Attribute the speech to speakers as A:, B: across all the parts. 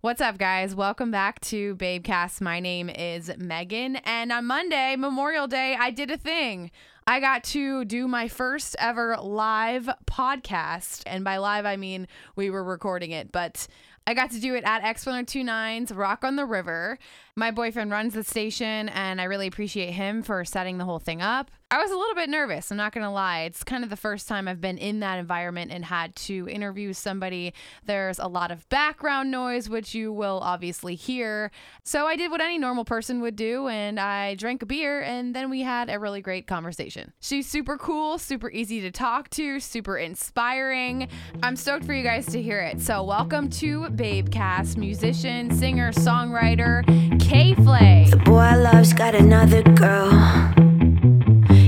A: What's up, guys? Welcome back to Babecast. My name is Megan, and on Monday, Memorial Day, I did a thing. I got to do my first ever live podcast. And by live, I mean we were recording it, but I got to do it at X1029's Rock on the River. My boyfriend runs the station, and I really appreciate him for setting the whole thing up. I was a little bit nervous, I'm not going to lie. It's kind of the first time I've been in that environment and had to interview somebody. There's a lot of background noise, which you will obviously hear. So I did what any normal person would do, and I drank a beer, and then we had a really great conversation. She's super cool, super easy to talk to, super inspiring. I'm stoked for you guys to hear it. So, welcome to Babecast, musician, singer, songwriter, K Flay.
B: The boy I love's got another girl.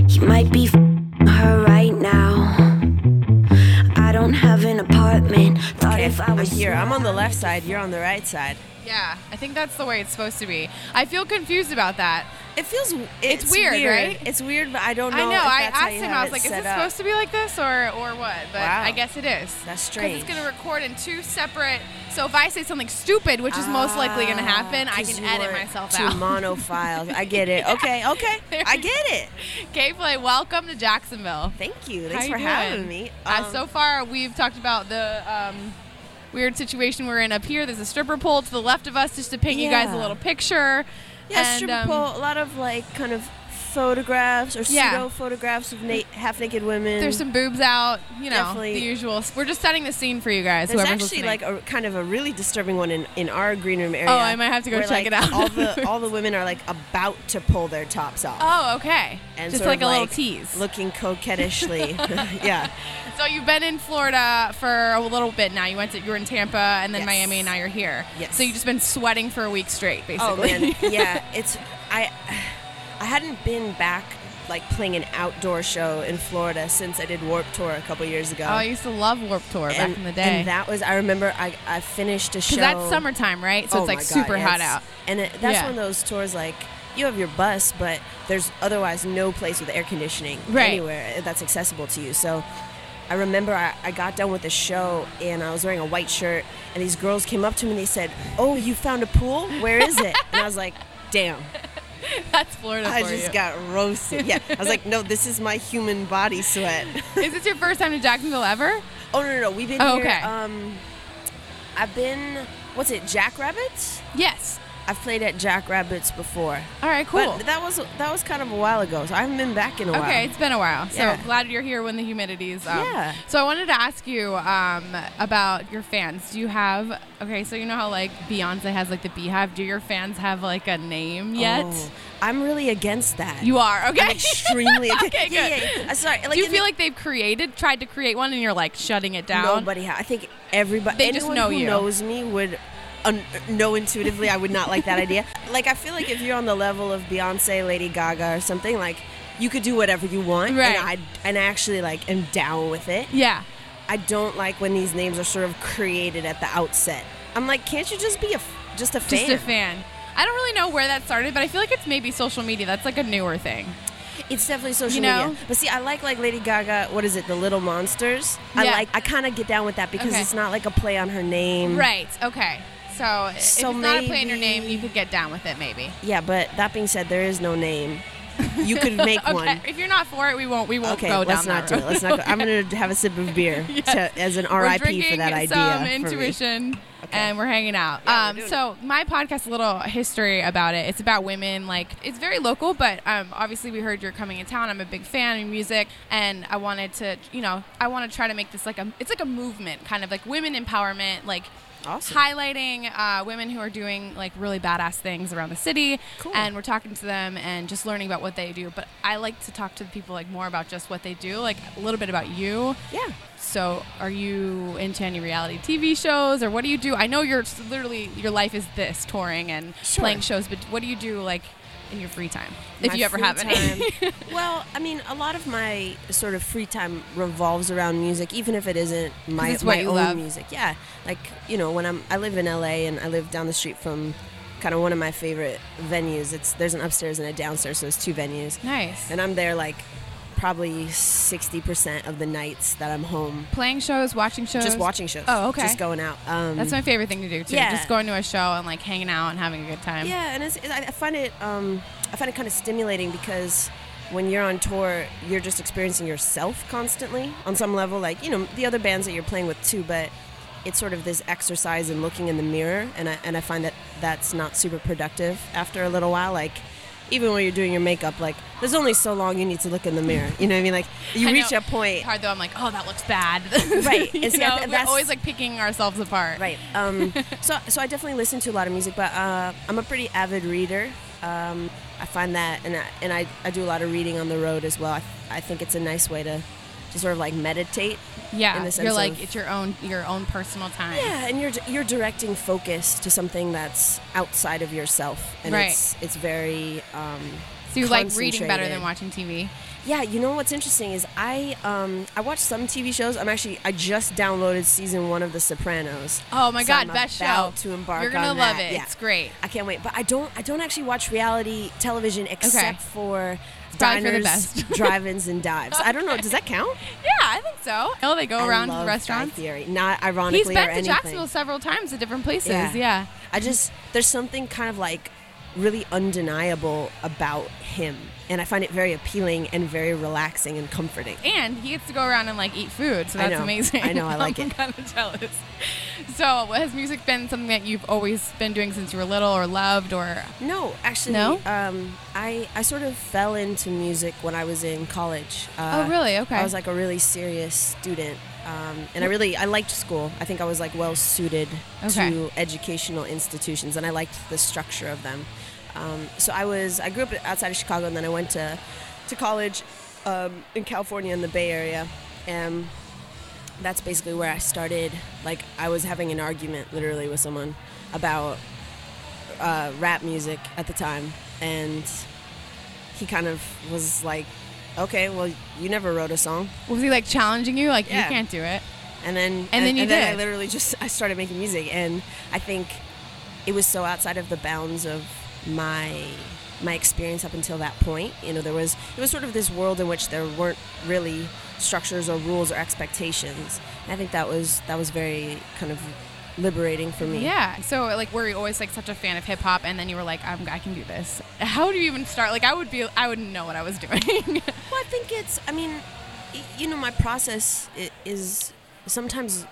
B: He might be f- her right now. I don't have an apartment. Thought
C: Okay,
B: if I
C: I'm
B: was
C: here. I'm on the
B: smart-
C: left side. You're on the right side.
A: Yeah, I think that's the way it's supposed to be. I feel confused about that.
C: It feels
A: It's weird, right?
C: It's weird, but I don't know.
A: I know.
C: if
A: I
C: that's how
A: asked
C: you
A: him.
C: have
A: I was
C: it
A: like, "Is
C: set
A: this
C: up.
A: supposed to be like this, or or what?" But
C: Wow.
A: I guess it is.
C: That's
A: Because
C: strange.
A: it's going to record in two separate. So if I say something stupid, which is most likely going to happen, I
C: Ah, 'Cause
A: can
C: you
A: edit
C: weren't
A: myself
C: too
A: out.
C: monophile. I get it. Okay, okay.
A: There
C: I
A: you
C: get it.
A: K Play, welcome to Jacksonville.
C: Thank you. Thanks
A: How you
C: for having
A: doing?
C: me.
A: uh,
C: Um,
A: so far, we've talked about the um, weird situation we're in up here. There's a stripper pole to the left of us, just to paint you guys a
C: Yeah.
A: little picture.
C: yeah,
A: And,
C: stripper
A: um,
C: pole. A lot of like kind of photographs or
A: Yeah.
C: pseudo photographs of na- half naked women.
A: There's some boobs out, you know,
C: Definitely.
A: the usual. We're just setting the scene for you guys.
C: There's
A: whoever's
C: actually
A: listening.
C: like a kind of a really disturbing one in, in our green room area.
A: Oh, I might have to go
C: where,
A: check it
C: like,
A: out.
C: all the all the women are like about to pull their tops off.
A: oh, okay,
C: and
A: just
C: sort
A: like
C: of
A: a little tease.
C: looking coquettishly. yeah,
A: So you've been in Florida for a little bit now. You went to you were in Tampa and then
C: Yes.
A: Miami, and now you're here.
C: Yes.
A: So you've just been sweating for a week straight,
C: oh
A: basically.
C: man, yeah. It's I, I hadn't been back like playing an outdoor show in Florida since I did Warp Tour a couple years ago.
A: oh, I used to love Warp Tour
C: and,
A: back in the day.
C: and that was I remember I, I finished a show.
A: Because that's summertime, right? So
C: oh
A: it's like
C: my God,
A: super
C: yeah,
A: hot
C: it's-
A: out.
C: and it, that's
A: Yeah.
C: one of those tours like. You have your bus, but there's otherwise no place with air conditioning
A: Right.
C: anywhere that's accessible to you. So I remember I, I got done with the show and I was wearing a white shirt, and these girls came up to me and they said, "Oh, you found a pool? Where is it?" and I was like, "Damn,
A: That's Florida
C: I
A: for
C: just
A: you.
C: got roasted." Yeah, I was like, "No, this is my human body sweat."
A: Is this your first time to Jacksonville ever?
C: oh no, no, no, we've been
A: Oh,
C: here.
A: okay.
C: Um, I've been what's it, Jackrabbits?
A: Yes.
C: I've played at Jackrabbits before,
A: All right, cool.
C: but that was that was kind of a while ago, so I haven't been back in a while.
A: Okay, it's been a while. So
C: Yeah.
A: glad you're here when the humidity's up.
C: Yeah.
A: So I wanted to ask you um, about your fans. Do you have okay? So you know how like Beyonce has like the Beehive. Do your fans have like a name yet?
C: Oh, I'm really against that.
A: You are okay.
C: I'm extremely against.
A: okay, good.
C: Yeah, yeah, yeah. Uh, Sorry. Like
A: Do you
C: in
A: feel
C: the-
A: like they've created, tried to create one, and you're like shutting it down?
C: Nobody ha I think everybody.
A: They just
C: anyone
A: know
C: who
A: you.
C: knows me would un- know intuitively. I would not like that idea. Like I feel like if you're on the level of Beyonce, Lady Gaga, or something like, you could do whatever you want,
A: Right.
C: and I and I actually like am down with it.
A: Yeah.
C: I don't like when these names are sort of created at the outset. I'm like, can't you just be a f- just a fan?
A: Just a fan. I don't really know where that started, but I feel like it's maybe social media. That's like a newer thing.
C: It's definitely social
A: You know?
C: media. But see, I like like Lady Gaga. What is it? The Little Monsters. I
A: Yeah.
C: like. I kind of get down with that because
A: Okay.
C: it's not like a play on her name.
A: Right. Okay. So, if it's
C: Mm. So
A: not a play in your
C: maybe-
A: name, you could get down with it, maybe.
C: Yeah, but that being said, there is no name. You could make
A: okay.
C: one.
A: If you're not for it, we won't. We won't
C: Okay,
A: go
C: let's
A: down that
C: not do
A: road.
C: it. Let's not. Go. I'm gonna have a sip of beer to, as an
A: We're
C: RIP
A: drinking
C: for that idea.
A: some
C: for me.
A: intuition.
C: Okay.
A: And we're hanging out.
C: Yeah, we're
A: um,
C: doing
A: so my podcast, a little history about it. It's about women. Like it's very local, but um, obviously we heard you're coming in town. I'm a big fan of music, and I wanted to, you know, I want to try to make this like a, it's like a movement, kind of like women empowerment, like
C: Awesome.
A: highlighting uh, women who are doing like really badass things around the city.
C: Cool.
A: And we're talking to them and just learning about what they do. But I like to talk to the people like more about just what they do, like a little bit about you.
C: Yeah.
A: So, are you into any reality TV shows, or what do you do? I know you're s- literally your life is this touring and
C: Sure.
A: playing shows, but what do you do like in your free time, if
C: My
A: you ever
C: free
A: have any?
C: time- well, I mean, a lot of my sort of free time revolves around music, even if it isn't my,
A: it's what
C: my
A: you
C: own
A: love.
C: music. Yeah, like you know, when I'm I live in LA and I live down the street from kind of one of my favorite venues. It's there's an upstairs and a downstairs, so it's two venues,
A: nice.
C: and I'm there like probably sixty percent of the nights that I'm home,
A: playing shows, watching shows,
C: just watching shows.
A: Oh, okay.
C: Just going out. Um,
A: That's my favorite thing to do too.
C: Yeah.
A: Just going to a show and like hanging out and having a good time.
C: Yeah, and it's, I I find it um, I find it kind of stimulating because when you're on tour, you're just experiencing yourself constantly on some level. Like you know the other bands that you're playing with too, but it's sort of this exercise in looking in the mirror, and I and I find that that's not super productive after a little while. Like. Even when you're doing your makeup, like there's only so long you need to look in the mirror. You know what I mean? Like you
A: I
C: reach
A: know.
C: a point,
A: Hard though, I'm like, oh, that looks bad.
C: Right.
A: you
C: And see, I
A: know,
C: th-
A: we're
C: that's-
A: always like picking ourselves apart.
C: Right. Um, so, so I definitely listen to a lot of music, but uh, I'm a pretty avid reader. Um, I find that, and I, and I, I do a lot of reading on the road as well. I, I think it's a nice way to, to sort of like meditate.
A: Yeah.
C: In the sense
A: You're like,
C: of-
A: it's your own, your own personal time.
C: Yeah, and you're you're directing focus to something that's outside of yourself, and
A: Right.
C: it's it's very. Um,
A: So you like reading better than
C: concentrated.
A: watching TV.
C: Yeah, you know what's interesting is I um, I watch some TV shows. I'm actually I just downloaded season one of The Sopranos.
A: Oh my
C: So
A: God,
C: I'm
A: best
C: about
A: show.
C: To embark
A: You're gonna
C: on
A: love
C: that.
A: it.
C: Yeah.
A: It's great.
C: I can't wait. But I don't I don't actually watch reality television except for
A: probably for the
C: diners,
A: best.
C: drive-ins, and dives. I don't know. Does that count?
A: Yeah, I think so. Oh, they go
C: I
A: around to the
C: love
A: restaurants.
C: Guy Fieri. Not ironically
A: He's been to
C: or anything.
A: Jacksonville several times at different places. Yeah.
C: I just there's something kind of like really undeniable about him, and I find it very appealing and very relaxing and comforting.
A: And he gets to go around and like eat food, so
C: I
A: that's
C: know.
A: amazing.
C: I know, I like
A: I'm
C: it.
A: kind of jealous. So, has music been something that you've always been doing since you were little, or loved, or
C: No, actually,
A: No?
C: Um, I I sort of fell into music when I was in college. Uh,
A: Oh, really? Okay.
C: I was like a really serious student, um, and I really I liked school. I think I was like well suited
A: Okay.
C: to educational institutions, and I liked the structure of them. Um, so I was I grew up outside of Chicago, and then I went to to college um, in California in the Bay Area, and that's basically where I started. Like I was having an argument literally with someone about uh, rap music at the time, and he kind of was like, "Okay, well, you never wrote a song."
A: was he like challenging you, like you
C: Yeah.
A: can't do it?
C: And then
A: And then you
C: then I
A: did.
C: literally just I started making music, and I think it was so outside of the bounds of my my experience up until that point. You know, there was it was sort of this world in which there weren't really structures or rules or expectations. And I think that was that was very kind of liberating for me.
A: Yeah. So, like, were you always like such a fan of hip hop, and then you were like, I'm, I can do this? How do you even start? Like, I would be, I wouldn't know what I was doing.
C: Well, I think it's. I mean, y- you know, my process i- is sometimes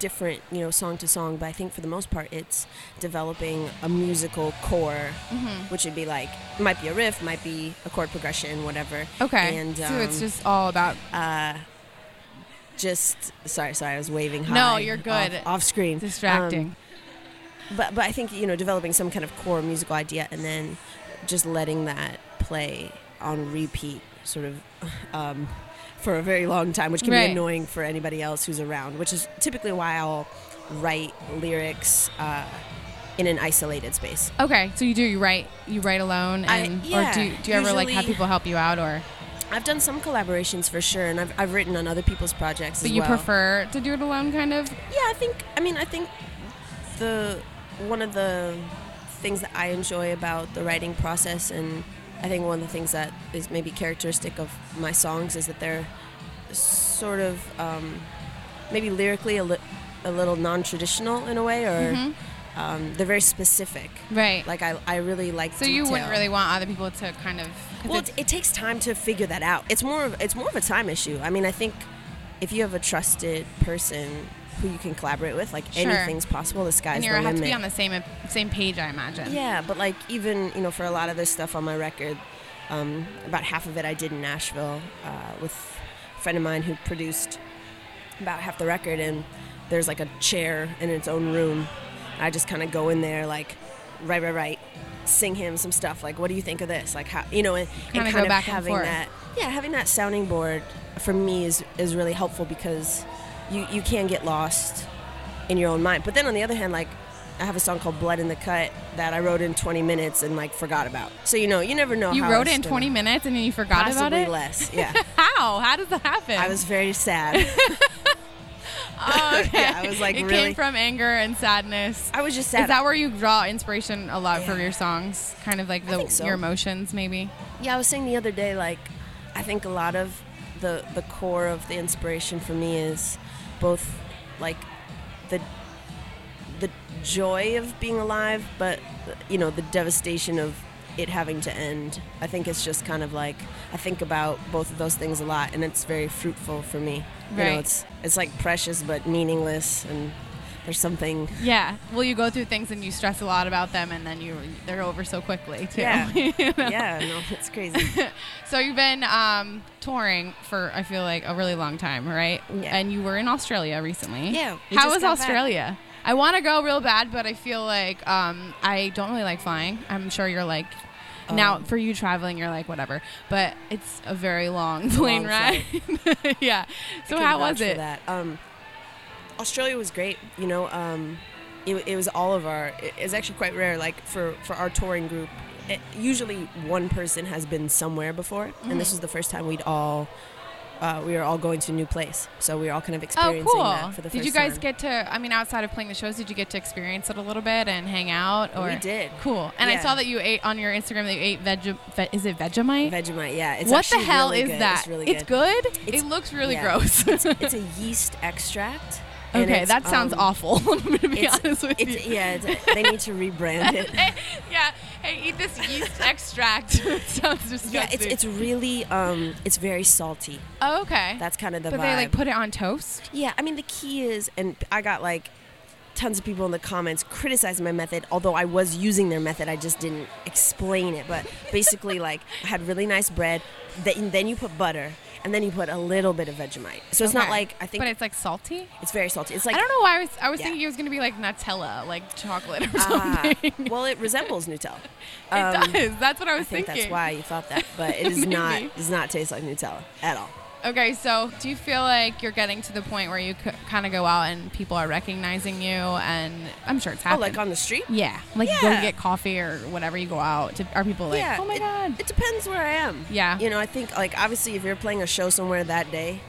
C: different, you know, song to song. But I think for the most part, it's developing a musical core,
A: Mm-hmm.
C: which would be like might be a riff, might be a chord progression, whatever.
A: okay.
C: And
A: so
C: um,
A: it's just all about.
C: just sorry, sorry, I was waving.
A: No,
C: high
A: you're good.
C: Off, off screen. Um,
A: Distracting.
C: but but I think you know developing some kind of core musical idea and then just letting that play on repeat, sort of. Um, for a very long time, which can
A: Right.
C: be annoying for anybody else who's around, which is typically why I'll write lyrics uh, in an isolated space.
A: okay. So you do. You write. You write alone,
C: I-
A: and
C: yeah,
A: or do do you ever like have
C: usually-
A: people help you out, or
C: I've done some collaborations for sure, and I've, I've written on other people's projects
A: but
C: as
A: you
C: well.
A: prefer to do it alone, kind of?
C: Yeah, I think. I mean, I think the one of the things that I enjoy about the writing process, and I think one of the things that is maybe characteristic of my songs is that they're sort of um, maybe lyrically a, li- a little non-traditional in a way, or
A: Mm-hmm.
C: um, they're very specific.
A: Right.
C: Like I, I really like.
A: so you wouldn't
C: detail.
A: really want other people to kind of. 'cause
C: Well,
A: it's-
C: it, it takes time to figure that out. It's more of it's more of a time issue. I mean, I think if you have a trusted person who you can collaborate with, like
A: Sure.
C: anything's possible. The sky's
A: and
C: the
A: you have
C: limit.
A: to be on the same same page, I imagine.
C: yeah, but like even you know for a lot of this stuff on my record, um, about half of it I did in Nashville uh, with a friend of mine who produced about half the record, and there's like a chair in its own room I just kind of go in there like, right, right, right, sing him some stuff like, what do you think of this? Like, how you know, and, and
A: Kinda
C: kind
A: go
C: of
A: back and
C: having
A: forth.
C: that, yeah, having that sounding board for me is is really helpful because you you can get lost in your own mind. But then on the other hand, like. I have a song called "Blood in the Cut" that I wrote in 20 minutes and like forgot about. So you know, you never know.
A: You
C: how
A: wrote
C: it's
A: it in
C: gonna-
A: 20 minutes and then you forgot about
C: possibly
A: it?
C: less. Yeah,
A: How? How does that happen?
C: I was very sad.
A: oh, okay.
C: yeah, I was like,
A: it
C: really?
A: came from anger and sadness.
C: I was just sad.
A: Is that where you draw inspiration a lot for
C: Yeah.
A: your songs? Kind of like the,
C: think so.
A: your emotions, maybe?
C: Yeah, I was saying the other day, like, I think a lot of the the core of the inspiration for me is both like the the joy of being alive, but you know the devastation of it having to end. I think it's just kind of like I think about both of those things a lot, and it's very fruitful for me. You
A: Right.
C: know, it's it's like precious but meaningless, and there's something
A: Yeah. Well, you go through things and you stress a lot about them and then you they're over so quickly, too.
C: Yeah.
A: You know?
C: yeah, no, it's crazy.
A: So you've been um, touring for I feel like a really long time, right?
C: Yeah.
A: And you were in Australia recently.
C: Yeah, we
A: How
C: just
A: was
C: got back.
A: Australia? I want to go real bad, but I feel like um, I don't really like flying. I'm sure you're like.
C: Oh.
A: Now, for you traveling, you're like whatever, but it's a very long plane
C: long
A: ride. yeah. So
C: can
A: how
C: vouch
A: was
C: for
A: it?
C: that. Um, Australia was great. You know, um, it, it was all of our. It, it's actually quite rare. Like for for our touring group, it, usually one person has been somewhere before, and
A: Mm.
C: this was the first time we'd all. Uh, we were all going to a new place, so we were all kind
A: Oh,
C: of experiencing
A: cool.
C: that for the first
A: Did you guys
C: time.
A: get to? I mean, outside of playing the shows, did you get to experience it a little bit and hang out? Or
C: We did.
A: Cool. And I
C: Yeah.
A: saw that you ate on your Instagram that you ate veg. Ve- is it Vegemite?
C: Vegemite? Yeah, it's
A: what the
C: actually
A: hell
C: really
A: is
C: good.
A: that?
C: It's really good. It's-
A: it looks really
C: yeah.
A: gross.
C: It's a yeast extract. and
A: okay,
C: it's,
A: that sounds
C: um,
A: awful. I'm gonna be
C: It's,
A: honest with
C: it's,
A: you.
C: Yeah, it's, they need to rebrand it.
A: yeah. Hey, eat this yeast extract. it sounds disgusting.
C: Yeah, it's it's really um, it's very salty.
A: oh, okay.
C: That's kind of the
A: but
C: vibe.
A: they like put it on toast.
C: Yeah, I mean the key is, and I got like tons of people in the comments criticizing my method. Although I was using their method, I just didn't explain it. But basically, like I had really nice bread, then then you put butter, and then you put a little bit of Vegemite. So it's not
A: Okay.
C: like I think
A: but it's like salty.
C: it's very salty. It's like
A: I don't know why I was I was
C: Yeah.
A: thinking it was gonna be like Nutella, like chocolate or
C: Ah,
A: something.
C: well, it resembles Nutella. Um,
A: it does. That's what I was
C: I think
A: thinking.
C: that's why you thought that, but it does not
A: Maybe.
C: does not taste like Nutella at all. Oh,
A: Okay, so do you feel like you're getting to the point where you c- kind of go out and people are recognizing you, and I'm sure it's
C: Oh,
A: happening.
C: like on the street?
A: Yeah, like you go
C: Yeah.
A: get coffee or whatever you go out to. Are people like, oh my
C: it,
A: god?
C: It depends where I am.
A: Yeah.
C: You know, I think like obviously if you're playing a show somewhere that day,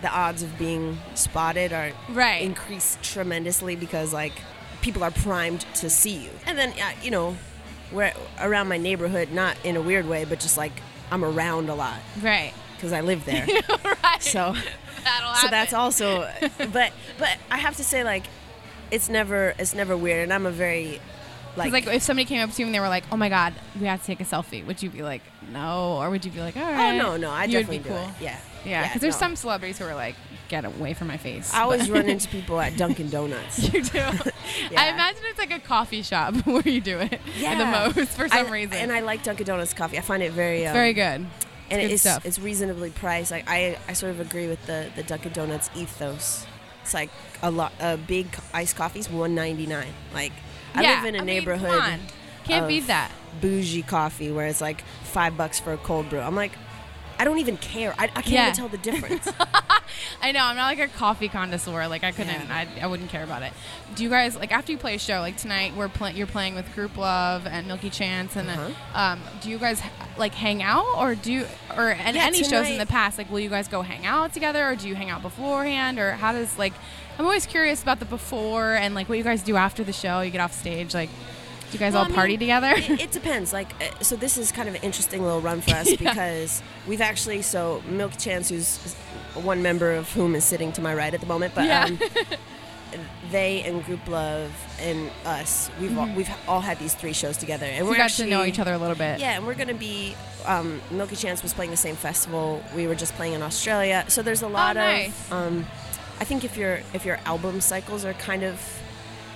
C: the odds of being spotted are
A: Right.
C: increased tremendously because like people are primed to see you. And then uh, you know, where around my neighborhood, not in a weird way, but just like I'm around a lot
A: right,
C: because I live there.
A: right.
C: so
A: That'll
C: so that's
A: happen.
C: also but but I have to say like it's never it's never weird and I'm a very
A: 'Cause, Like,
C: like,
A: eh, if somebody came up to you and they were like, "Oh my god, we have to take a selfie," would you be like, "No," or would you be like, "All
C: oh
A: right"?
C: no no I
A: You would
C: definitely
A: be
C: do
A: cool.
C: it. Yeah.
A: Yeah, because there's
C: no.
A: some celebrities who are like, "Get away from my face."
C: I always
A: but-
C: run into people at Dunkin' Donuts.
A: you do. I
C: Yeah.
A: imagine it's like a coffee shop where you do it
C: Yeah.
A: the most for some
C: I-
A: reason.
C: And I like Dunkin' Donuts coffee. I find it very um,
A: very good.
C: and
A: good
C: it's
A: stuff.
C: it's reasonably priced. Like I, I sort of agree with the the Dunkin' Donuts ethos. It's like a lot a big co- iced coffee's one ninety nine. Like I
A: yeah,
C: live in a
A: mean,
C: neighborhood
A: come on. Can't
C: of
A: beat that.
C: bougie coffee where it's like five bucks for a cold brew. I'm like, I don't even care. I, I can't
A: Yeah.
C: even tell the difference.
A: I know. I'm not like a coffee connoisseur. Like I couldn't.
C: Yeah.
A: I, I wouldn't care about it. Do you guys like after you play a show like tonight? We're playing. You're playing with Group Love and Milky Chance, and
C: Uh-huh.
A: then, um, do you guys like hang out or do you, or and
C: Yeah,
A: any shows in
C: tonight-
A: the past? Like, will you guys go hang out together or do you hang out beforehand or how does like? I'm always curious about the before and like what you guys do after the show. You get off stage. Like, do you guys
C: Well,
A: all
C: I mean,
A: party together?
C: it, it depends. Like, uh, so this is kind of an interesting little run for us because we've actually so Milk Chance, who's one member of whom is sitting to my right at the moment, but
A: Yeah.
C: um, they and Group Love and us, we've all, we've all had these three shows together, and
A: we
C: we're
A: Mm-hmm. got to
C: actually
A: know each other a little bit.
C: Yeah, and we're gonna be. Um, Milky Chance was playing the same festival we were just playing in Australia, so there's a lot
A: Oh, nice.
C: of. Um, I think if your if your album cycles are kind of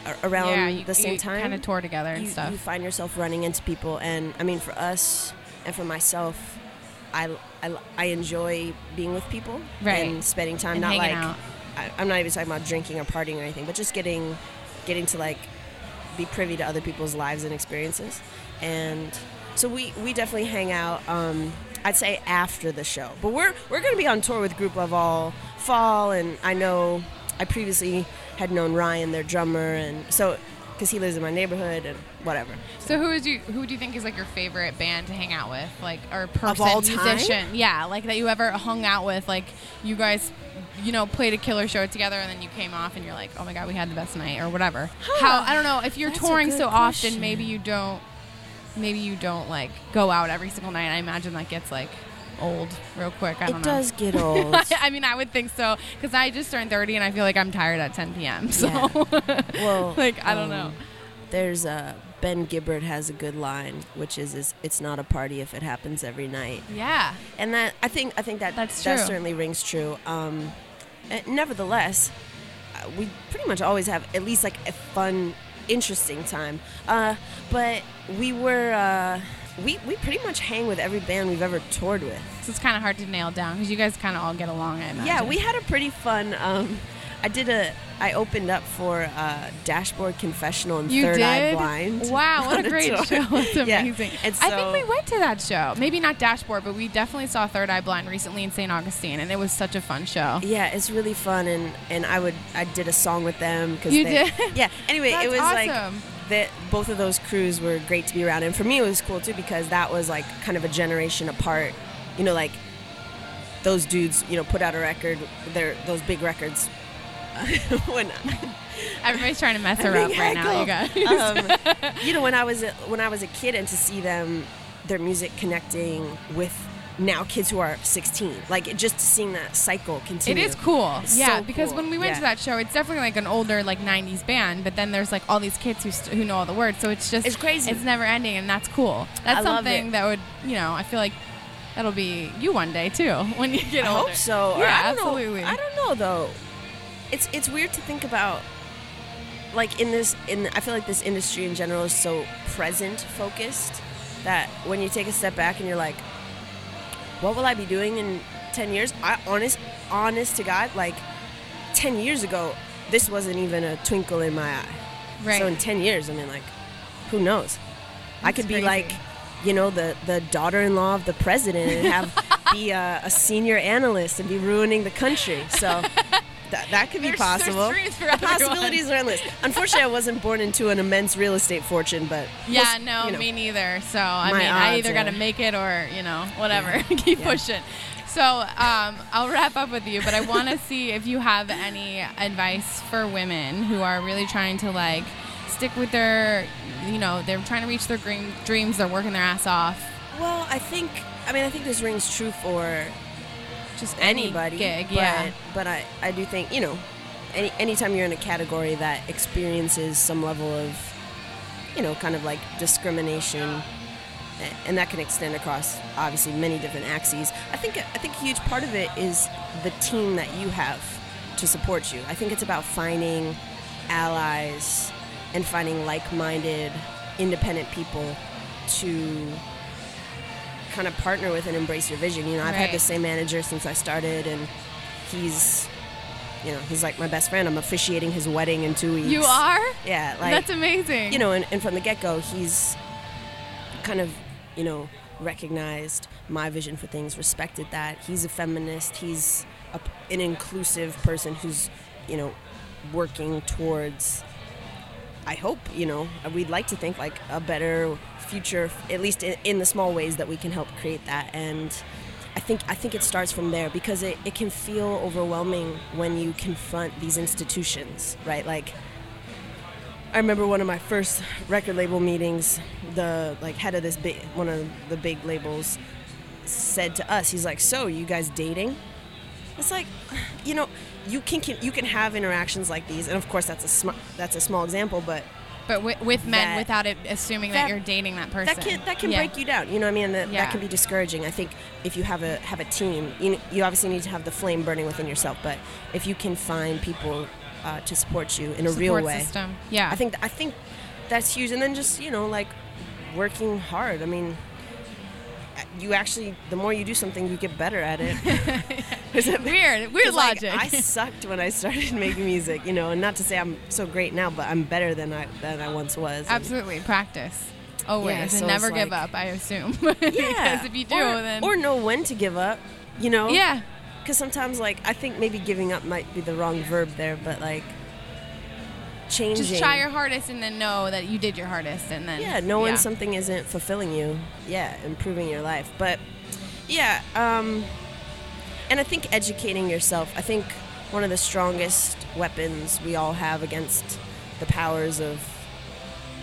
C: a- around
A: yeah. You,
C: the same time,
A: kind of tour together and
C: you,
A: stuff.
C: you find yourself running into people, and I mean, for us and for myself, I, I, I enjoy being with people
A: Right.
C: and spending time.
A: And
C: not
A: hanging
C: like
A: out.
C: I, I'm not even talking about drinking or partying or anything, but just getting getting to like be privy to other people's lives and experiences. And so we, we definitely hang out. Um, I'd say after the show, but we're we're going to be on tour with Group Love all fall, and I know I previously had known Ryan, their drummer, and so because he lives in my neighborhood and whatever.
A: So who is you? Who do you think is like your favorite band to hang out with, like or person
C: all time?
A: musician? Yeah, like that you ever hung out with, like you guys, you know, played a killer show together, and then you came off and you're like, oh my god, we had the best night or whatever. How I don't know if you're
C: That's a
A: touring
C: good
A: so
C: question.
A: often, maybe you don't, maybe you don't like go out every single night. I imagine that gets like old real quick. I don't know.
C: It does get old.
A: I mean, I would think so because I just turned 30 and I feel like I'm tired at 10 p.m. So,
C: Well,
A: like, I don't know.
C: um, There's a Ben Gibbard has a good line, which is, is "It's not a party if it happens every night,"
A: Yeah.
C: and that I think I think that
A: That's
C: that
A: true.
C: certainly rings true. Um, uh, nevertheless, uh, we pretty much always have at least like a fun, interesting time. Uh, but we were uh, we we pretty much hang with every band we've ever toured with.
A: So it's kind of hard to nail down because you guys kind of all get along. I imagine.
C: Yeah, we had a pretty fun. Um, I did a. I opened up for uh, Dashboard Confessional and
A: You
C: Third Eye
A: did.
C: Blind.
A: Wow, what
C: on
A: a great
C: tour.
A: show! It's
C: Yeah,
A: amazing.
C: and
A: I
C: so-
A: think we went to that show. Maybe not Dashboard, but we definitely saw Third Eye Blind recently in St. Augustine, and it was such a fun show.
C: Yeah, it's really fun, and and I would I did a song with them because
A: You
C: they,
A: did?
C: Yeah. Anyway, it
A: That's
C: was like
A: awesome.
C: that. Both of those crews were great to be around, and for me it was cool too because that was like kind of a generation apart. You know, like those dudes, you know, put out a record. Their those big records. when
A: Everybody's trying to mess her up
C: Big
A: right now, you guys.
C: heckle. Um, you know, when I was a, when I was a kid, and to see them, their music connecting with now kids who are 16, like just seeing that cycle
A: It
C: continue.
A: is cool.
C: It's
A: yeah,
C: so
A: because
C: cool.
A: when we went
C: Yeah.
A: to that show, it's definitely like an older like 90s band, but then there's like all these kids who st- who know all the words, so it's just
C: It's crazy.
A: It's never ending and that's cool. That's
C: I love
A: something
C: it.
A: that would, you know, I feel like that'll be you one day too when you get
C: I
A: older.
C: hope so. or
A: Yeah,
C: I don't know-
A: absolutely.
C: I don't know though. It's it's weird to think about. Like in this, in I feel like this industry in general is so present focused that when you take a step back and you're like, what will I be doing in 10 years? I honest, honest to God, like 10 years ago, this wasn't even a twinkle in my eye.
A: right.
C: So in 10 years, I mean, like, who knows? I
A: That's
C: could be
A: crazy.
C: like, you know, the, the daughter-in-law of the president and have be uh, a senior analyst and be ruining the country. So that, that could be
A: There's- there's
C: possible.
A: dreams for
C: the
A: everyone.
C: possibilities are endless. Unfortunately, I wasn't born into an immense real estate fortune, but
A: yeah,
C: we'll-
A: no,
C: you know.
A: me neither. So I
C: My
A: mean, I
C: odds
A: either got
C: are-
A: to make it or you know, whatever. Keep pushing. So um, I'll wrap up with you, but I want to see if you have any advice for women who are really trying to like stick with their, you know, they're trying to reach their dream, dreams. They're working their ass off.
C: Well, I think I mean I think this rings true for
A: Just any
C: anybody.
A: gig,
C: but,
A: yeah.
C: But I, I do think you know, any anytime you're in a category that experiences some level of, you know, kind of like discrimination, a- and that can extend across obviously many different axes. I think I think a huge part of it is the team that you have to support you. I think it's about finding allies and finding like-minded, independent people to kind of partner with and embrace your vision. You know, I've had the
A: Right.
C: same manager since I started, and he's, you know, he's like my best friend. I'm officiating his wedding in two weeks.
A: You are.
C: Yeah, like
A: That's amazing.
C: you know, and, and from the get go, he's kind of, you know, recognized my vision for things, respected that. He's a feminist. He's a, an inclusive person who's, you know, working towards. I hope you know. We'd like to think like a better future, at least in, in the small ways that we can help create that. And I think I think it starts from there because it, it can feel overwhelming when you confront these institutions, right? Like I remember one of my first record label meetings. The like head of this big one of the big labels said to us, he's like, "So you guys dating?" It's like, you know, you can, can you can have interactions like these, and of course that's a sm- that's a small example, but
A: but wi with men,
C: that-
A: without it assuming that,
C: that-
A: you're dating that person.
C: that can that can
A: Yeah.
C: break you down. You know what I mean? That,
A: Yeah.
C: that can be discouraging. I think if you have a have a team, you you obviously need to have the flame burning within yourself, but if you can find people uh, to support you in a real
A: Support
C: way,
A: system. Yeah.
C: I think I think that's huge. And then just you know like working hard. I mean, I- you actually the more you do something, you get better at it. Is it-
A: Weird, weird
C: 'cause, like,
A: logic.
C: I sucked when I started making music, you know, and not to say I'm so great now, but I'm better than I than I once was. And-
A: Absolutely, practice always,
C: Yeah,
A: and
C: so it's
A: never give
C: like-
A: up. I assume.
C: Yeah.
A: because if you do,
C: or,
A: then
C: or know when to give up, you know.
A: yeah,
C: Because sometimes, like, I think maybe giving up might be the wrong verb there, but like changing.
A: just try your hardest, and then know that you did your hardest, and then
C: yeah knowing something isn't fulfilling you yeah improving your life but yeah um and i think educating yourself i think one of the strongest weapons we all have against the powers of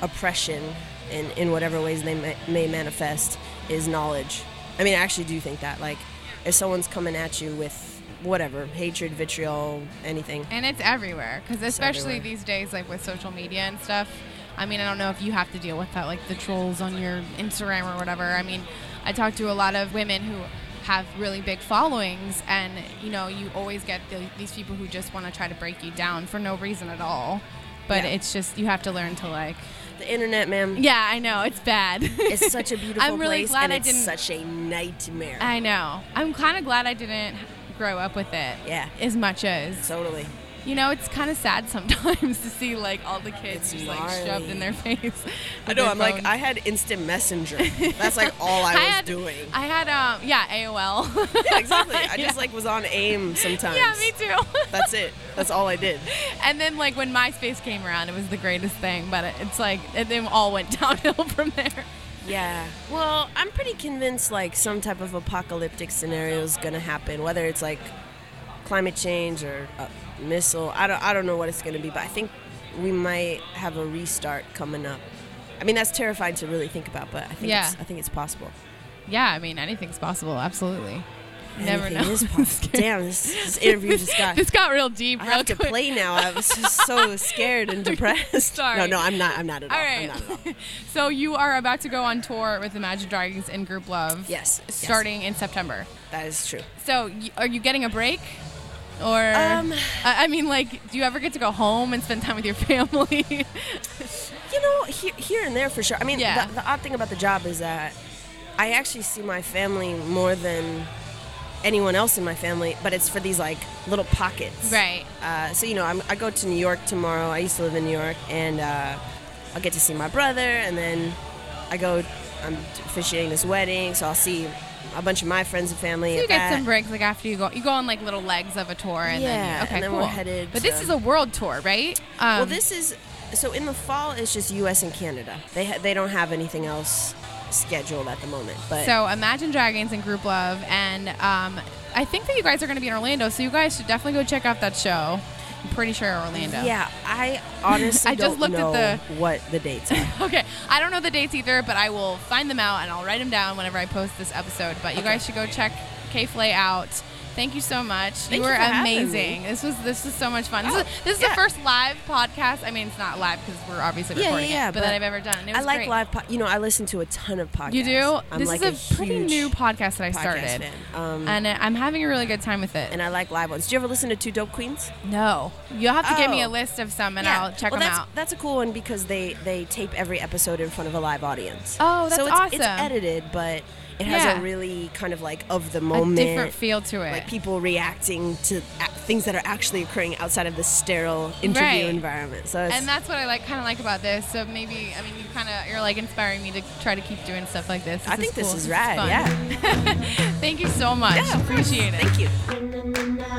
C: oppression in, in whatever ways they may, may manifest is knowledge i mean i actually do think that like if someone's coming at you with whatever hatred vitriol anything
A: And it's everywhere because especially
C: everywhere.
A: these days, like with social media and stuff. I mean, I don't know if you have to deal with that, like the trolls on your Instagram or whatever. I mean, I talk to a lot of women who have really big followings, and you know, you always get the, these people who just want to try to break you down for no reason at all. But
C: Yeah.
A: it's just you have to learn to like.
C: the internet ma'am
A: Yeah, I know it's bad.
C: it's such a beautiful
A: I'm really
C: place
A: glad
C: and
A: I
C: it's
A: didn't-
C: such a nightmare
A: I know. I'm kind of glad I didn't grow up with it.
C: Yeah.
A: As much as
C: Totally.
A: you know, it's kind of sad sometimes to see like all the kids just
C: It's
A: like shoved
C: gnarly.
A: in their face.
C: I
A: with
C: know.
A: their
C: I'm like,
A: phones.
C: I had instant messenger. That's like all I, was
A: had,
C: doing.
A: I had um yeah AOL.
C: yeah, exactly. I just like was on AIM sometimes.
A: yeah, me too.
C: That's it. That's all I did.
A: and then like when MySpace came around, it was the greatest thing. But it, it's like it, they all went downhill from there.
C: Yeah. Well, I'm pretty convinced like some type of apocalyptic scenario is gonna happen, whether it's like climate change or a missile. I don't. I don't know what it's gonna be, but I think we might have a restart coming up. I mean, that's terrifying to really think about, but I think
A: Yeah.
C: it's, I think it's possible.
A: Yeah, I mean anything's possible. Absolutely. Never
C: Anything
A: know.
C: is possible. Damn, this, this interview just got
A: this got real deep.
C: I
A: real
C: have to
A: quick.
C: play now. I was just so scared and depressed.
A: Sorry.
C: No, no, I'm not. I'm not at all.
A: All
C: I'm
A: right.
C: not at all.
A: so you are about to go on tour with Imagine Dragons and Group Love.
C: Yes, yes.
A: Starting in September.
C: That is true.
A: So y- are you getting a break? Or
C: Um,
A: I I mean, like, do you ever get to go home and spend time with your family?
C: You know, here, here and there for sure. I mean,
A: Yeah.
C: the, the odd thing about the job is that I actually see my family more than anyone else in my family, but it's for these like little pockets.
A: Right.
C: Uh, so you know, I'm, I go to New York tomorrow. I used to live in New York, and uh, I'll get to see my brother, and then I go. I'm officiating this wedding, so I'll see a bunch of my friends and family.
A: you
C: at
A: get
C: that.
A: some breaks, like after you go, you go on like little legs of a tour, and then
C: Yeah,
A: okay,
C: and then
A: cool.
C: we're headed
A: but this
C: to-
A: is a world tour, right? Um,
C: Well, this is so in the fall. It's just U.S. and Canada. They ha- they don't have anything else scheduled at the moment. But
A: So Imagine Dragons and Group Love, and um, I think that you guys are going to be in Orlando, so you guys should definitely go check out that show. I'm pretty sure Orlando.
C: yeah, I honestly
A: I just
C: don't
A: looked at
C: know
A: the-
C: what the dates are.
A: Okay, I don't know the dates either, but I will find them out and I'll write them down whenever I post this episode. But you guys should go check K Flay out. Thank you so much.
C: Thank
A: you
C: you
A: were
C: for having Oh,
A: amazing. This was this was so much fun. this is, this is the
C: yeah.
A: first live podcast. I mean, it's not live because we're obviously
C: Yeah, yeah,
A: recording
C: yeah.
A: it, but, that I've ever done. It
C: I
A: was
C: like
A: great.
C: live. Po- you know, I listen to a ton of podcasts.
A: You do.
C: I'm
A: this
C: like
A: is a, pretty
C: huge
A: new podcast that I
C: podcast
A: started,
C: fan. Um,
A: and uh, I'm having a really good time with it.
C: and I like live ones. Do you ever listen to Two Dope Queens?
A: no, you'll have to give me a
C: Oh.
A: list of some, and I'll check
C: well,
A: them
C: that's,
A: out.
C: That's a cool one because they they tape every episode in front of a live audience.
A: Oh, that's
C: so it's, It's
A: awesome.
C: edited, but it has
A: Yeah.
C: a really kind of like of the
A: A
C: moment,
A: different feel to it.
C: like people reacting to a- things that are actually occurring outside of the sterile interview
A: Right.
C: environment. So it's,
A: And that's what I like, kind of like about this. So maybe, I mean, you kind of, you're like inspiring me to try to keep doing stuff like this.
C: I think
A: cool.
C: this is rad.
A: fun.
C: Yeah,
A: Thank you so much. Appreciate it.
C: thank you.